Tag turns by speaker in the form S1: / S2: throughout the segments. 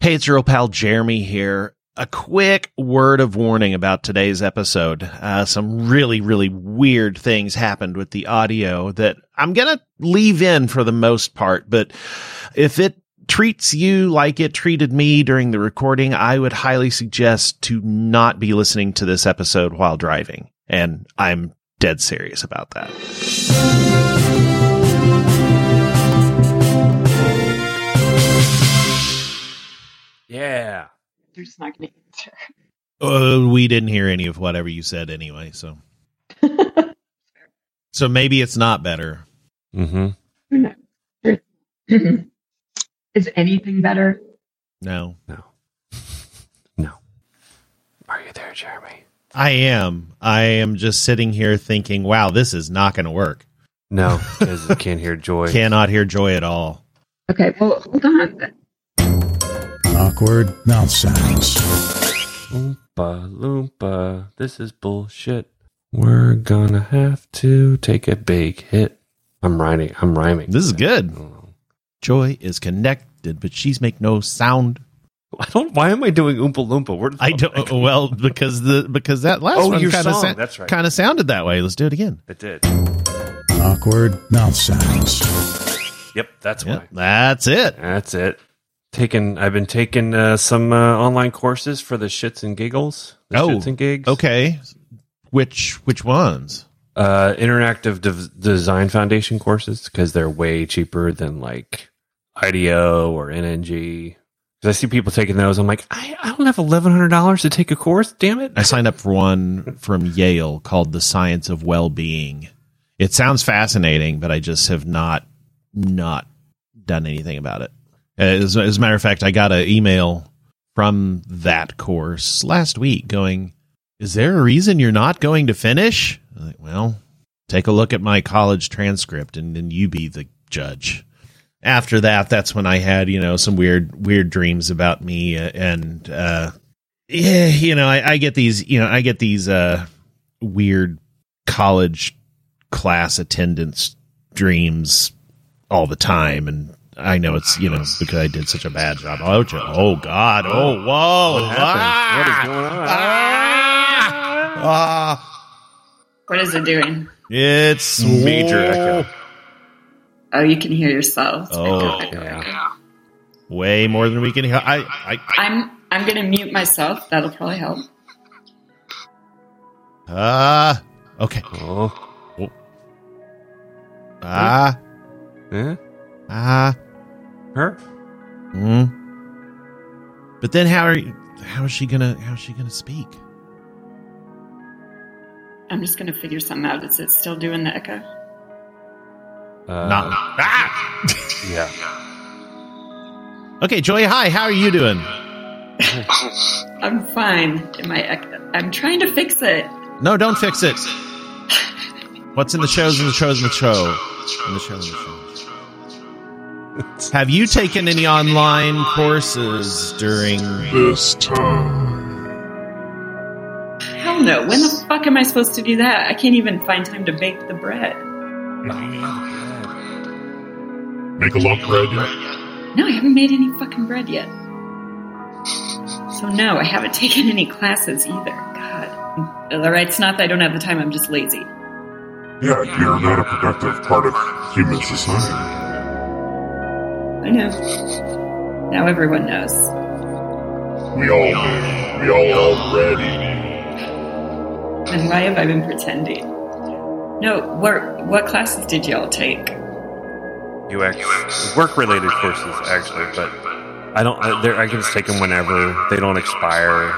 S1: Hey, it's your old pal Jeremy here. A quick word of warning about today's episode. Uh, some really, really weird things happened with the audio that I'm going to leave in for the most part, but if it treats you like it treated me during the recording, I would highly suggest to not be listening to this episode while driving. And I'm dead serious about that.
S2: Yeah.
S3: They're just not going to
S1: Uh, we didn't hear any of whatever you said anyway, so
S3: answer.
S1: so maybe it's not better.
S2: Mm-hmm.
S3: Who knows? Is anything better?
S1: No,
S2: Are you there, Jeremy?
S1: I am. I am just sitting here thinking, wow, this is not going to work.
S2: No, because I can't hear joy.
S1: Cannot hear joy at all.
S3: Okay, well, hold on.
S4: Awkward mouth sounds.
S2: Oompa loompa. This is bullshit. We're gonna have to take a big hit. I'm rhyming. I'm rhyming.
S1: This is
S2: I
S1: good.
S2: don't know.
S1: Joy is connected, but she's make no sound.
S2: I don't. Why am I doing oompa loompa? We're,
S1: I don't. oh, Well, because the because that last
S2: Oh,
S1: one
S2: your
S1: kind of
S2: song.
S1: sa-
S2: That's right.
S1: kind of sounded that way. Let's do it again.
S2: It did.
S4: Awkward mouth sounds.
S2: Yep. That's
S1: Yep,
S2: why.
S1: that's it.
S2: That's it. Taking. I've been taking uh, some uh, online courses for the shits and giggles. The
S1: Oh,
S2: shits and gigs.
S1: Okay. Which which ones?
S2: uh, interactive Dev design foundation courses because they're way cheaper than like IDEO or NNG. Because I see people taking those, I'm like, I, I don't have eleven hundred dollars to take a course. Damn it!
S1: I signed up for one from Yale called The Science of Well-being. It sounds fascinating, but I just have not not done anything about it. As, as a matter of fact, I got an email from that course last week going, "Is there a reason you're not going to finish?" I'm like, well, take a look at my college transcript and then you be the judge. After that, that's when I had, you know, some weird weird dreams about me uh, and uh yeah, you know, I, I get these, you know, I get these uh weird college class attendance dreams all the time and I know it's you know because I did such a bad job. Oh, jo- oh God! Oh, whoa!
S2: What happened?
S1: Ah!
S2: What is
S1: Ah!
S2: going on?
S3: What is it doing?
S1: It's
S2: Major echo.
S3: Oh, you can hear yourself.
S1: Oh,
S2: yeah.
S1: way more than we can hear. I, I,
S3: I'm I'm gonna mute myself. That'll probably help.
S1: ah, okay,
S2: Oh,
S1: ah,
S2: yeah.
S1: ah,
S2: Her?
S1: mm. But then how are you, how is she gonna how is she gonna speak?
S3: I'm just gonna figure something out. Is it still doing the echo?
S2: Uh,
S1: Not ah.
S2: Yeah.
S1: Okay, Joy. Hi, how are you doing?
S3: I'm fine. Did my echo? I'm trying to fix it.
S1: No, don't fix it. What's in the shows in the shows in the show? In the show in the show. Have you taken any online courses during this
S3: Hell no. When the fuck am I supposed to do that? I can't even find time to bake the bread.
S5: Make a lump bread yet?
S3: No, I haven't made any fucking bread yet. So no, I haven't taken any classes either. God. All right, it's not that I don't have the time. I'm just lazy.
S5: Yeah, you're not a productive part of human society.
S3: I know. Now everyone knows.
S5: We all know. We all already.
S3: And why have I been pretending? No, what what classes did y'all take?
S2: UX work related courses actually, but I don't. I, they're- I can just take them whenever. They don't expire.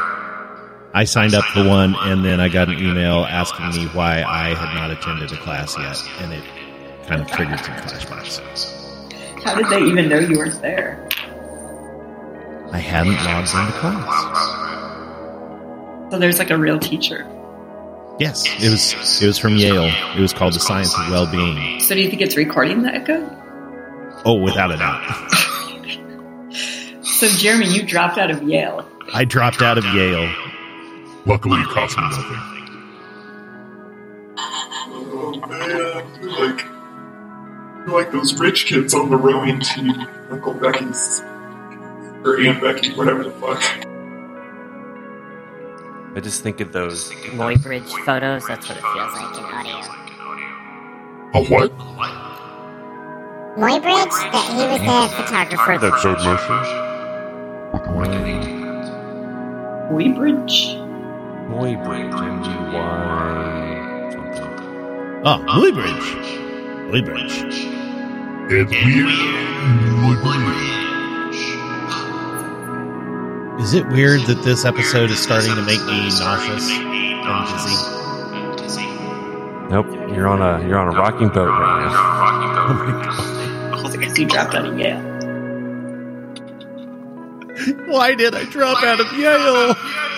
S1: I signed up for one, and then I got an email asking me why I had not attended a class yet, and it kind of triggered some flashbacks.
S3: How did they even know you weren't there?
S1: I hadn't logged into class.
S3: So there's like a real teacher.
S1: Yes, it was. It was from Yale. It was called the Science of Well-being.
S3: So do you think it's recording the echo?
S1: Oh, without a doubt,
S3: So Jeremy, you dropped out of Yale.
S1: I dropped out of Yale.
S5: Luckily, it cost me nothing. Oh man, you're like you're like those rich kids on the rowing team, Uncle Becky's. Or Aunt Becky, whatever the fuck.
S2: I just think of those.
S6: Lloyd Bridge photos, that's what it feels like in audio.
S5: A what?
S7: Moybridge, that he was the photographer.
S2: That showed
S3: Weybridge?
S1: Oh, Willie Bridge. Willie Bridge.
S5: And weird.
S1: Is it weird that this episode is starting to make me nauseous and dizzy?
S2: Nope, you're on a you're on a rocking boat right now.
S3: I was like, I see you dropped out of Yale.
S1: Why did I drop out of Yale?